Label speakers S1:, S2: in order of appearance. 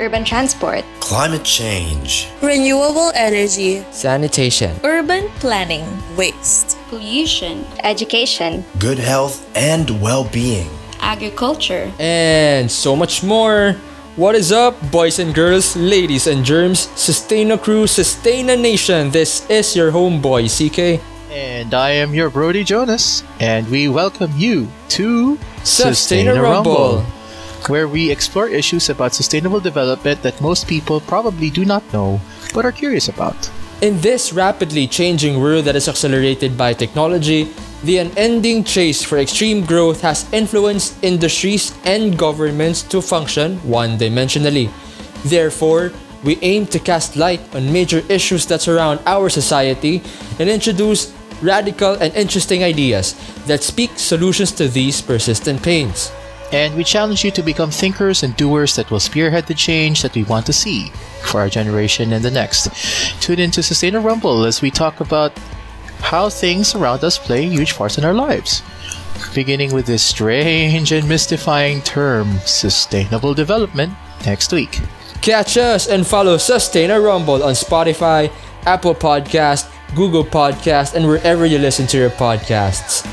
S1: urban transport,
S2: climate change,
S3: renewable energy,
S4: sanitation,
S5: urban planning, waste,
S6: pollution,
S1: education,
S2: good health and well being.
S6: agriculture.
S4: and so much more. What is up, boys and girls, ladies and germs? Sustain a crew, sustain a nation. This is your homeboy, CK.
S7: And I am your Brody Jonas, and we welcome you to
S4: Sustain a Rumble.
S7: where we explore issues about sustainable development that most people probably do not know but are curious about.
S4: In this rapidly changing world that is accelerated by technology, the unending chase for extreme growth has influenced industries and governments to function one dimensionally. Therefore, we aim to cast light on major issues that surround our society and introduce radical and interesting ideas that speak solutions to these persistent pains.
S7: And we challenge you to become thinkers and doers that will spearhead the change that we want to see for our generation and the next. Tune in to Sustain a Rumble as we talk about how things around us play huge parts in our lives. Beginning with this strange and mystifying term, sustainable development, next week.
S4: Catch us and follow Sustain a Rumble on Spotify, Apple Podcast, Google Podcast, and wherever you listen to your podcasts.